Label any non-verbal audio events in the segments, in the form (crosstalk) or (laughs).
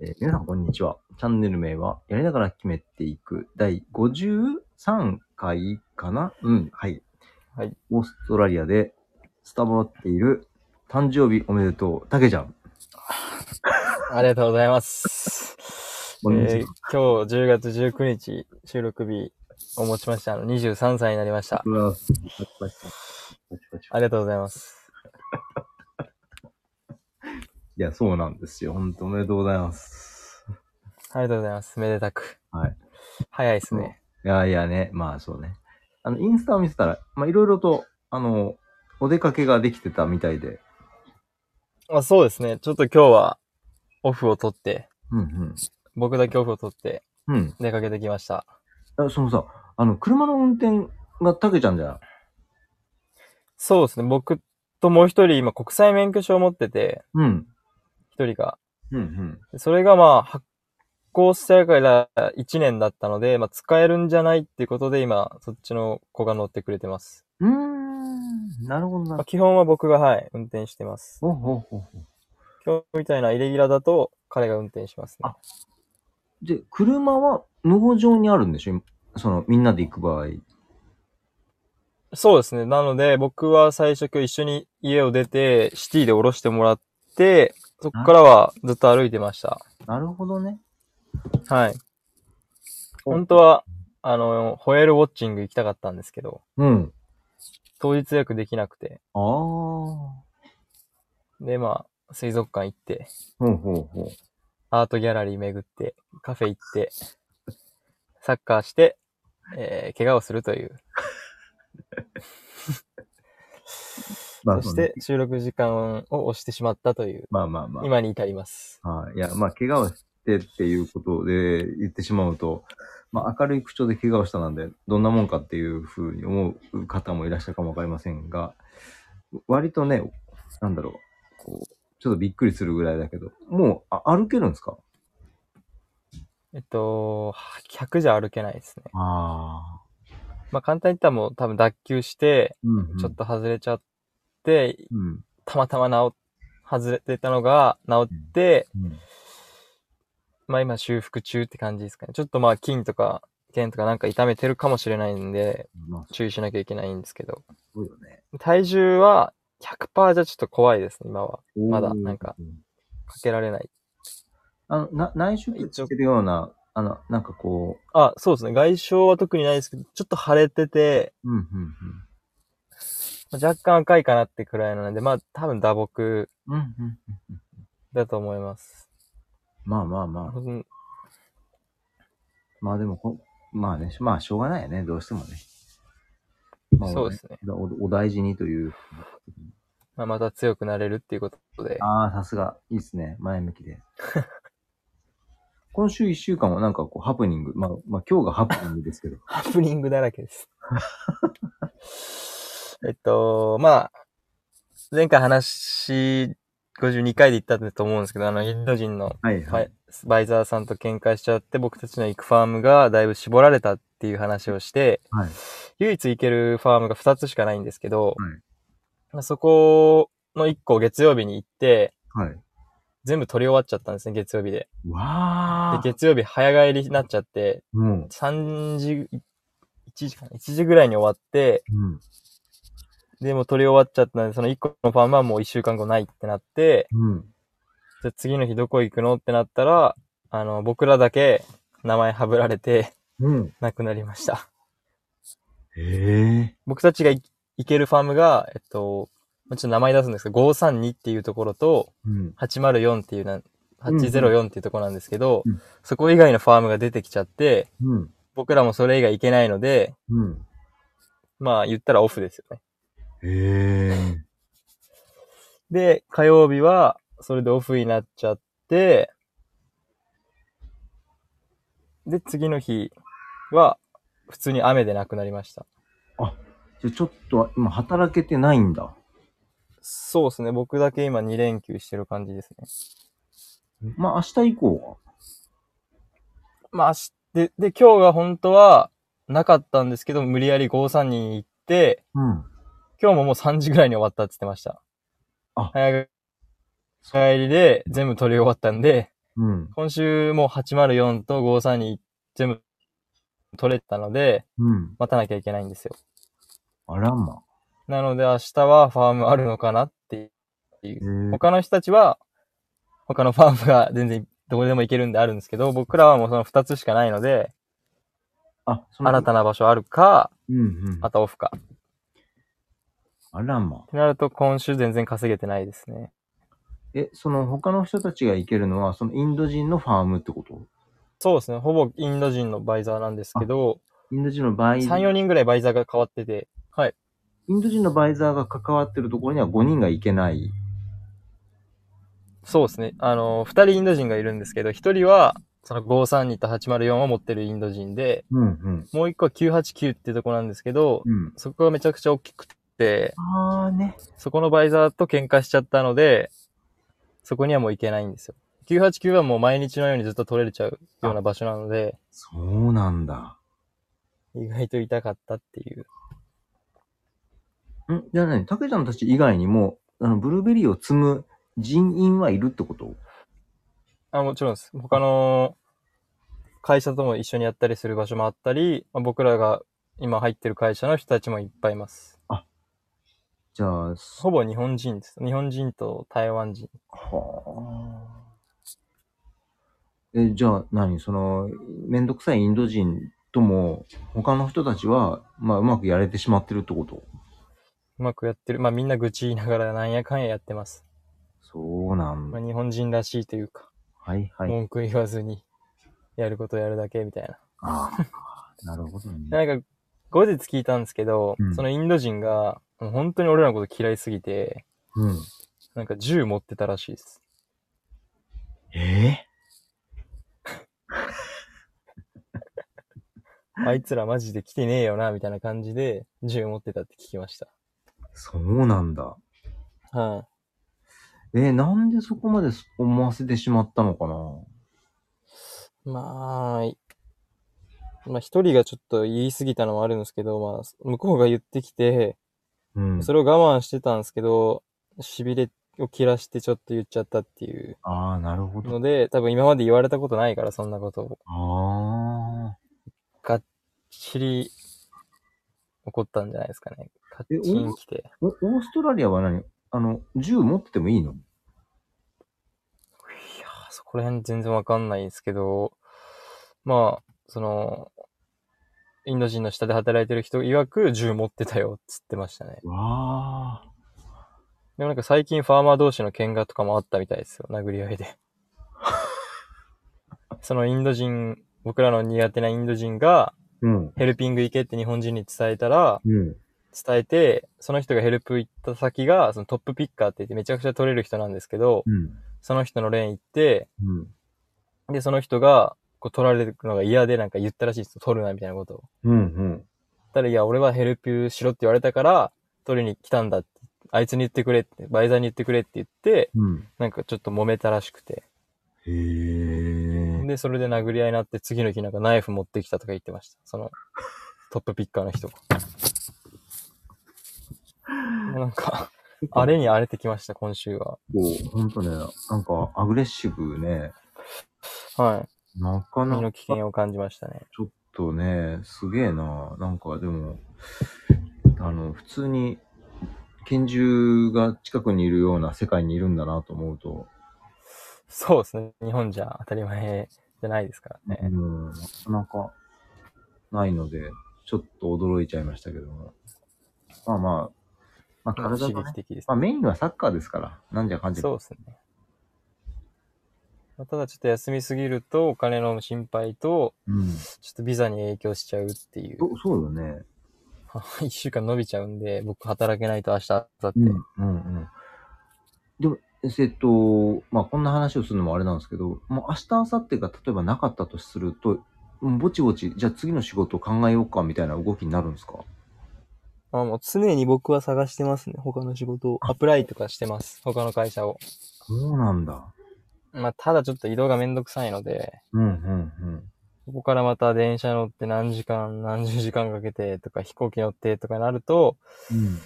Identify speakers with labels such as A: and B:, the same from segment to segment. A: えー皆さん、こんにちは。チャンネル名は、やりながら決めていく第53回かなうん、はい。
B: はい。
A: オーストラリアでスタバっている誕生日おめでとう、たけちゃん。
B: ありがとうございます。え
A: こんにちは
B: ー今日10月19日収録日をもちまして、あの23歳になりました。
A: うわパチパチパチパチパチ
B: ありがとうございます。
A: いや、そうなんですよ。本当おめでとうございます。
B: ありがとうございます。めでたく。
A: はい。
B: 早いですね。
A: いやいやね、まあそうね。あの、インスタを見てたら、まあいろいろと、あの、お出かけができてたみたいで。
B: あそうですね。ちょっと今日はオフを取って、
A: うん
B: 僕だけオフを取って
A: うん。うん。
B: 出かけてきました。
A: あそのさ、あの、車の運転がたけちゃんじゃん。
B: そうですね。僕ともう一人今国際免許証を持ってて、
A: うん。
B: 一人が。
A: うんうん。
B: それがまあ発行してから1年だったので、まあ使えるんじゃないっていうことで今そっちの子が乗ってくれてます。
A: うーん、なるほど
B: まあ
A: な。
B: 基本は僕が、はい、運転してます。
A: おほほほ。
B: 今日みたいなイレギュラーだと、彼が運転しますね
A: あ。で、車は農場にあるんでしょ今その、みんなで行く場合。
B: そうですね。なので、僕は最初今日一緒に家を出て、シティで降ろしてもらって、そこからはずっと歩いてました。
A: なるほどね。
B: はい。本当は、あの、ホエールウォッチング行きたかったんですけど、
A: うん。
B: 当日予約できなくて、
A: ああ。ほ
B: で、まあ、水族館行って、
A: うほうほう。
B: アートギャラリー巡って、カフェ行って、サッカーして、えー、怪我をするという。
A: まあ
B: そして収録時間を押してしまったという、
A: まあまあまあ。
B: 今に至ります。
A: はい。いや、まあ、怪我をしてっていうことで言ってしまうと、まあ、明るい口調で怪我をしたなんで、どんなもんかっていうふうに思う方もいらっしゃるかもわかりませんが、割とね、なんだろう、こう、ちょっとびっくりするぐらいだけど、もう、あ歩けるんですか
B: えっと、100じゃ歩けないですね。
A: ああ。
B: まあ簡単に言ったらもう多分脱臼して、
A: うん、うん。
B: ちょっと外れちゃって、
A: うん。
B: たまたま治っ、外れてたのが治って、
A: うん。
B: まあ今修復中って感じですかね。ちょっとまあ筋とか腱とかなんか痛めてるかもしれないんで、
A: まあ、す
B: 注意しなきゃいけないんですけど、
A: ごいよね。
B: 体重は100%じゃちょっと怖いですね、今は。まだ
A: おー
B: なんか。かけられない。
A: あの、な内出血してるような、あの、なんかこ
B: あ、そうですね。外傷は特にないですけど、ちょっと腫れてて、
A: う、うん、うん、
B: まあ若干赤いかなってくらいなので、まあ多分打撲
A: うん。うん、うん。
B: だと思います。
A: まあまあまあ。
B: うん
A: まあでもこ、まあね、まあしょうがないよね、どうしてもね。まあ
B: そうですね。
A: おおお大事にという。
B: まあ、また強くなれるっていうことで。
A: ああ、さすが。いいですね。前向きで。今週一週間はなんかこう、ハプニング。まあ、まあ今日がハプニングですけど。
B: (laughs) ハプニングだらけです。 (laughs) えっと、まあ、前回話、52回で言ったと思うんですけど、あの、インド人の
A: はいは
B: バイ
A: い。
B: バイザーさんと喧嘩しちゃって、僕たちの行くファームがだいぶ絞られたっていう話をして、
A: はい。
B: 唯一行けるファームが2つしかないんですけど、
A: はい
B: まあそこの1個を月曜日に行って、
A: はい。
B: 全部取り終わっちゃったんですね、月曜日で。
A: わ
B: で
A: あ。
B: 月曜日早帰りになっちゃって、
A: も
B: 3時、1時かな ?1 時ぐらいに終わって、
A: う、うん。
B: でもう取り終わっちゃったんで、その1個のファームはもう1週間後ないってなって、
A: うん。
B: じゃあ次の日どこ行くのってなったら、あの、僕らだけ名前はぶられて
A: うん。
B: 亡くなりました。
A: へえ。
B: 僕たちがい行けるファームが、えっと、まあちょっと名前出すんですけど、532っていうところと、
A: うん。
B: 804っていうなん、804っていうところなんですけど、
A: うん
B: そこ以外のファームが出てきちゃって、
A: うん。
B: 僕らもそれ以外行けないので、
A: うん。
B: まあ言ったらオフですよね。
A: へえ。
B: で、火曜日は、それでオフになっちゃって、で、次の日は、普通に雨でなくなりました。
A: じゃあちょっと、今働けてないんだ。
B: そうですね。僕だけ今2連休してる感じですね。
A: まあ明日以降は。
B: まあ、しで、で、今日が本当はなかったんですけど、無理やり53に行って、
A: うん。
B: 今日ももう3時ぐらいに終わったって言ってました。
A: あ
B: 早帰りで全部取り終わったんで、
A: うん。
B: 今週もう804と532全部取れたので、
A: うん。
B: 待たなきゃいけないんですよ。
A: あらま。
B: なので明日はファームあるのかなってい
A: え
B: う。
A: ー、
B: 他の人たちは、他のファームが全然どこでも行けるんであるんですけど、僕らはもうその2つしかないので、
A: あ、そ
B: 新たな場所あるか、
A: うんうん。
B: またオフか。っ
A: あらま。
B: てなると今週全然稼げてないですね。
A: え、その他の人たちが行けるのは、そのインド人のファームってこと
B: そうですね。ほぼインド人のバイザーなんですけど、
A: インド人のバイ
B: 3、4人ぐらいバイザーが変わってて、はい。
A: インド人のバイザーが関わってるところには5人が行けない。
B: そうですね。あの、2人インド人がいるんですけど、1人は、その532と804を持ってるインド人で、
A: うんうん。
B: もう1個は989っていうとこなんですけど、
A: うん。
B: そこがめちゃくちゃ大きくて、
A: あーね。
B: そこのバイザーと喧嘩しちゃったので、そこにはもう行けないんですよ。989はもう毎日のようにずっと取れちゃうような場所なので、
A: そうなんだ。
B: 意外と痛かったっていう。
A: んじゃあ何たけちゃんたち以外にも、あの、ブルーベリーを積む人員はいるってこと
B: あ、もちろんです。他の会社とも一緒にやったりする場所もあったり、まあ僕らが今入ってる会社の人たちもいっぱいいます。
A: じゃあ、そ
B: ほぼ日本人です。日本人と台湾人。
A: はあ。え、じゃあ何その、めんどくさいインド人とも、他の人たちは、まあ、うまくやれてしまってるってこと
B: うまくやってる。まあみんな愚痴言いながらなんやかんややってます。
A: そうなん
B: ま
A: だ
B: あ。日本人らしいというか、
A: はいはい。
B: 文句言わずにやることやるだけみたいな。
A: ああ、なるほど
B: (laughs)
A: ね。
B: なんか、後日聞いたんですけど、
A: うん
B: そのインド人が、もう本当に俺らのこと嫌いすぎて、
A: うん。
B: なんか銃持ってたらしいです。
A: (laughs) え
B: あいつらマジで来てねえよな、みたいな感じで、銃持ってたって聞きました。
A: そうなんだ。
B: はい、
A: えーなんでそこまで思わせてしまったのかな
B: まあ、いまあ一人がちょっと言い過ぎたのもあるんですけど、まあ、向こうが言ってきて、
A: うん。
B: それを我慢してたんですけど、痺れを切らしてちょっと言っちゃったっていう
A: ああ、なるほど。
B: ので、多分今まで言われたことないから、そんなことを。
A: ああ。
B: がっちり怒ったんじゃないですかね。カ
A: え
B: ッチン来て。
A: おオーストラリアは何あの、銃持っててもいいの
B: いやー、そこら辺全然わかんないですけど、まあ、その、インド人の下で働いてる人曰く銃持ってたよっつってましたね。
A: わあ。
B: でもなんか最近ファーマー同士の喧嘩とかもあったみたいですよ。殴り合いで。 (laughs) そのインド人、僕らの苦手なインド人が
A: うん。
B: ヘルピング行けって日本人に伝えたら、
A: うん。
B: 伝えて、その人がヘルプ行った先が、そのトップピッカーって言ってめちゃくちゃ取れる人なんですけど、
A: うん。
B: その人のレーン行って、
A: うん。
B: で、その人が、こう取られるのが嫌でなんか言ったらしいです。取るな、みたいなことを。
A: うん。
B: たら、いや、俺はヘルプしろって言われたから、取りに来たんだって。あいつに言ってくれって、バイザーに言ってくれって言って、
A: うん。
B: なんかちょっと揉めたらしくて。
A: うん。へえ。
B: で、それで殴り合いになって、次の日なんかナイフ持ってきたとか言ってました。その、トップピッカー
A: (laughs)
B: の人が。なんか、あれに荒れてきました、今週は。
A: こう、ほんとね、なんかアグレッシブね。
B: は
A: なか
B: い。
A: な
B: 身
A: か
B: の危険を感じましたね。
A: ちょっとね、すげえな。なんかでも、あの、普通に拳銃が近くにいるような世界にいるんだなと思うと、
B: そうですね。日本じゃ当たり前じゃないですから
A: う
B: ね。
A: ん、なかなかないので、ちょっと驚いちゃいましたけども。まあまあ、まあ体
B: 刺
A: が、ね
B: 激、的です
A: まあメインはサッカーですから、なんじゃかん
B: ね。
A: じゃ。
B: そうですね。まあただちょっと休みすぎると、お金の心配と、
A: うん。
B: ちょっとビザに影響しちゃうっていう。
A: そそうよね。
B: (laughs) 一週間伸びちゃうんで、僕働けないと明日、明後日。
A: うんうん。でも、えっと、まあ、こんな話をするのもあれなんですけど、もう明日、明後日が例えばなかったとすると、もうぼちぼち、じゃあ次の仕事を考えようかみたいな動きになるんですか
B: まあもう常に僕は探してますね。他の仕事を。アプライとかしてます。他の会社を。
A: そうなんだ。
B: まあただちょっと移動がめんどくさいので、
A: うんうん
B: ここからまた電車乗って何時間、 (laughs) 何十時間かけてとか飛行機乗ってとかなると、
A: うん。うん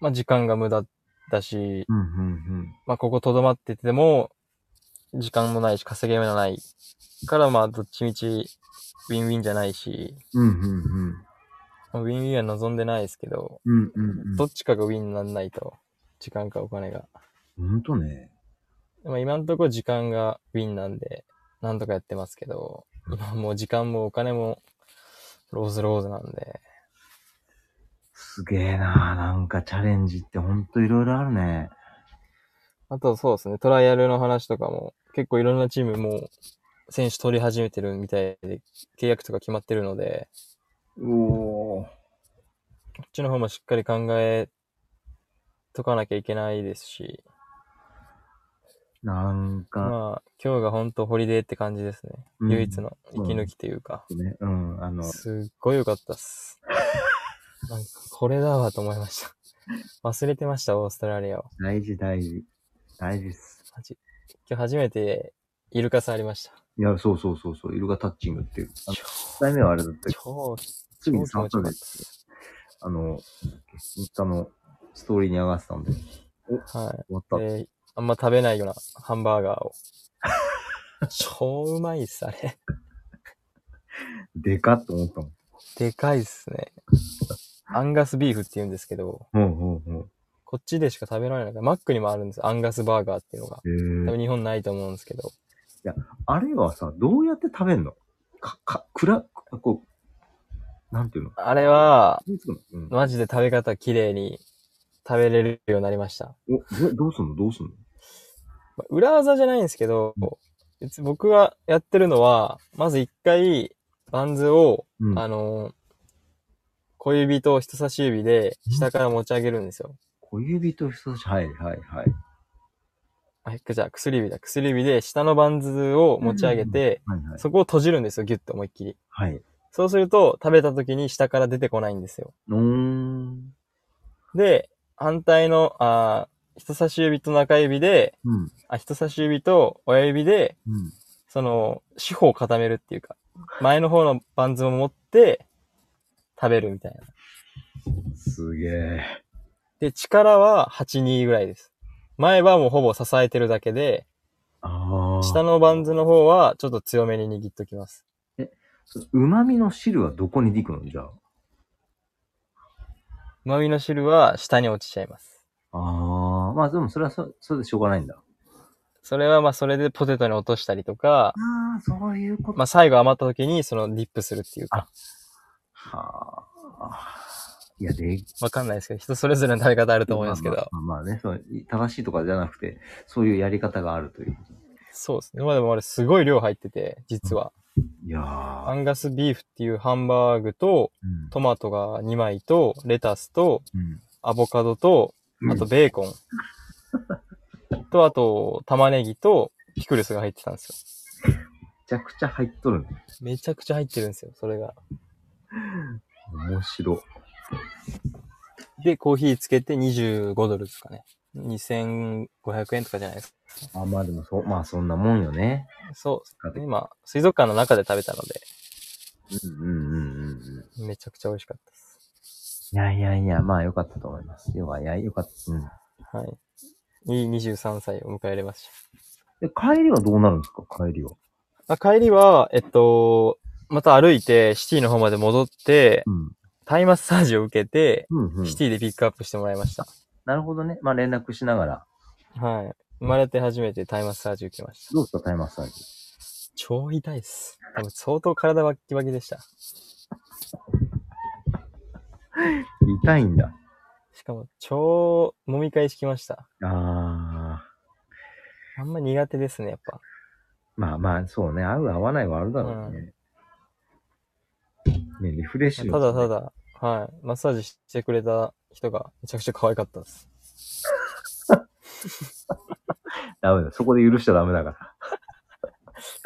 B: まあ時間が無駄だし、
A: うんうん
B: まあここ留まってても、時間もないし、稼げもないから、まあ、どっちみち、ウィンウィンじゃないし、
A: うんうん
B: まあウィンウィンは望んでないですけど、
A: うん。うんうん
B: どっちかがウィンにならないと、時間かお金が。
A: うん。ほんとね。
B: まあ、今のところ時間がウィンなんで、なんとかやってますけど、今もう時間もお金も、ローズローズなんで、
A: すげえななんかチャレンジってほんといろいろあるね。
B: あとそうですね、トライアルの話とかも、結構いろんなチームもう、選手取り始めてるみたいで、契約とか決まってるので、
A: おお。
B: こっちの方もしっかり考えとかなきゃいけないですし、
A: なんか、
B: まあ、今日が本当ホリデーって感じですね。
A: うん
B: 唯一の息抜きというか、
A: ね、うん、あの、
B: すっごい良かったっ
A: (laughs)
B: す。なんか、これだわと思いました。忘れてました、オーストラリアを。
A: 大事大事。大事っす。
B: マジ今日初めてイルカさんありました。
A: いや、そうそうそうそう、イルカタッチングっていう。あの、1回目はあれだったけど、
B: 超、
A: すぐに
B: 超
A: 3
B: 気持ちよ
A: 分で
B: かっ、たっす。
A: あの、インスタのストーリーに上がってたんで、終
B: はい。
A: わった。
B: で、あんま食べないようなハンバーガ
A: (laughs)
B: ーを。超うまいっす、あれ。
A: でかっと思ったもん。
B: でかいっすね。アンガスビーフって言うんですけど、
A: ほうほうほ
B: こっちでしか食べられない。マックにもあるんですアンガスバーガーっていうのが。
A: う。へー
B: 多分日本ないと思うんですけど。
A: あれはさ、どうやって食べんのか、か、くら、こう、なんていうの
B: あれは、
A: どうするの、うん、
B: マジで食べ方綺麗に食べれるようになりました。
A: おどどうすんのどうすんの
B: まあ裏技じゃないんですけど、別に僕がやってるのは、まず一回、バンズを、
A: うん。
B: あの、小指と人差し指で下から持ち上げるんですよ。
A: 小指と人差し、はいはいはい。
B: あ、じゃあ薬指だ。薬指で下のバンズを持ち上げて、
A: はいはい。
B: そこを閉じるんですよ、ギュッと思いっきり。
A: はい。
B: そうすると、食べた時に下から出てこないんですよ。
A: のーん。
B: で、反対の、あー人差し指と中指で、
A: うん。
B: あ、人差し指と親指で、
A: うん。
B: その、四方を固めるっていうか、前の方のバンズを持って、食べるみたいな。
A: すげえ。
B: で、力は8、2ぐらいです。前はもうほぼ支えてるだけで、
A: ああ。
B: 下のバンズの方はちょっと強めに握っときます。
A: うまみの汁はどこに行くのじゃあ。
B: 旨味の汁は下に落ちちゃいます。
A: ああ。まあでもそれはそ、それでしょうがないんだ。
B: それはまあそれでポテトに落としたりと
A: あ
B: か、
A: あ、そういうこ
B: まあ最後余った時にそのディップするっていうか、
A: はあ。いや、で
B: わかんないですけど、人それぞれの食べ方あると思いますけ
A: まあま
B: ど、
A: あまあまあね、そう、正しいとかじゃなくて、そういうやり方があるという。
B: そうですね。まあでもあれすごい量入ってて、実は。
A: いや
B: ア
A: ー。
B: ンガスビーフっていうハンバーグと、
A: うん
B: トマトが2枚と、レタスと、
A: う
B: アボカドと、
A: ん。
B: あとベーコン。と、あと、玉ねぎと、ピクルスが入ってたんですよ。
A: めちゃくちゃ入っとるね。
B: めちゃくちゃ入ってるんですよ、それが。
A: 面白。
B: で、コーヒーつけて25ドルですかね。2500円とかじゃないです
A: あ、まあでもそ、まあそんなもんよね。
B: か。そうですね。まあ、水族館の中で食べたので、
A: うんうんうんうんうん。
B: めちゃくちゃ美味しかったです。
A: いやいやいや、まあ良かったと思います。要は、いや、良かった。うん。
B: はい。いい23歳を迎えれまし
A: で、帰りはどうなるんですか帰りは。
B: た。あ帰りは、えっと、また歩いて、シティの方まで戻って
A: う、ん。
B: タイマッサージを受けて、
A: うんうん
B: シ。ティでピックアップしてもらいました。
A: なるほどね。まあ連絡しながら。
B: はい。生まれて初めてタイマッサージ受けました。
A: どうですかタイマッサージ。
B: 超痛いっす。多分相当体バッキバキでした。
A: 痛いんだ。
B: しかも、超、揉み返しきました。
A: あー。
B: あんま苦手ですね、やっぱ。
A: まあまあ、そうね。合う合わないはあるだろうね。ね、リフレッシュ、
B: ただた。だ、はい。マッサージしてくれた人がめちゃくちゃ可愛かったです。
A: ダメだ。そこで許しちゃダメだから。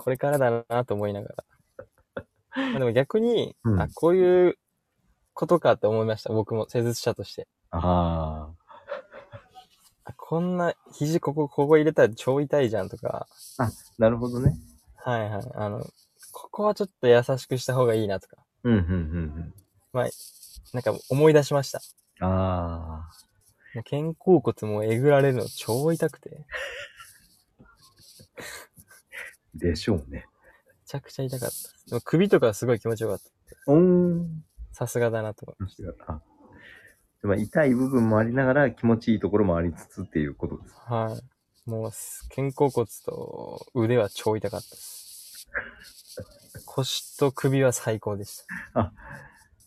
B: これからだなと思いながら。まあでも逆に、
A: うん
B: あ、こういうことかって思いました。僕も、施術者として。
A: あ
B: あこんな、肘ここ、ここ入れたら超痛いじゃんとか、
A: ー。なるほどね。
B: はいはい。あの、ここはちょっと優しくした方がいいなとか、
A: うん、うん、うん
B: なんか思い出しました。
A: うん。あー。
B: もう肩甲骨もえぐられるの超痛くて。
A: でしょうね。
B: めちゃくちゃ痛かったです。でも首とかすごい気持ちよかった。
A: おーん。
B: さすがだなと思う。
A: あまあ、痛い部分もありながら気持ちいいところもありつつっていうことです。
B: はい。もうす、肩甲骨と腕は超痛かったです。腰と首は最高でした。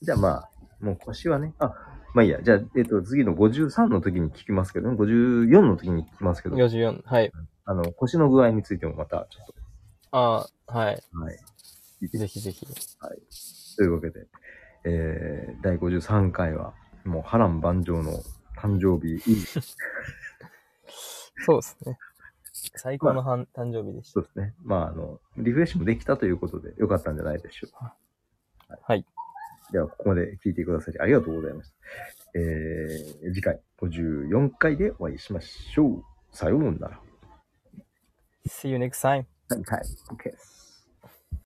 A: じゃあまあ、もう腰はね、あ、まあいいや、じゃあ、えっ、と、次の53の時に聞きますけどね、54の時に聞きますけど、
B: 44。はい。
A: あの、腰の具合についてもまた、ちょっと、
B: ああ、はい。
A: はい。
B: ぜひぜひ。
A: というわけで、えー、第53回は、もう波乱万丈の誕生日、いい人
B: そうですね。最高のはん誕生日でした。
A: ですね。まあ、あの、リフレッシュもできたということで、よかったんじゃないでしょうか。
B: はい。
A: では、ここまで聞いてくださりありがとうございました。えー、次回54回でお会いしましょう。さようなら。
B: See you next time.
A: はい、はい、OK です。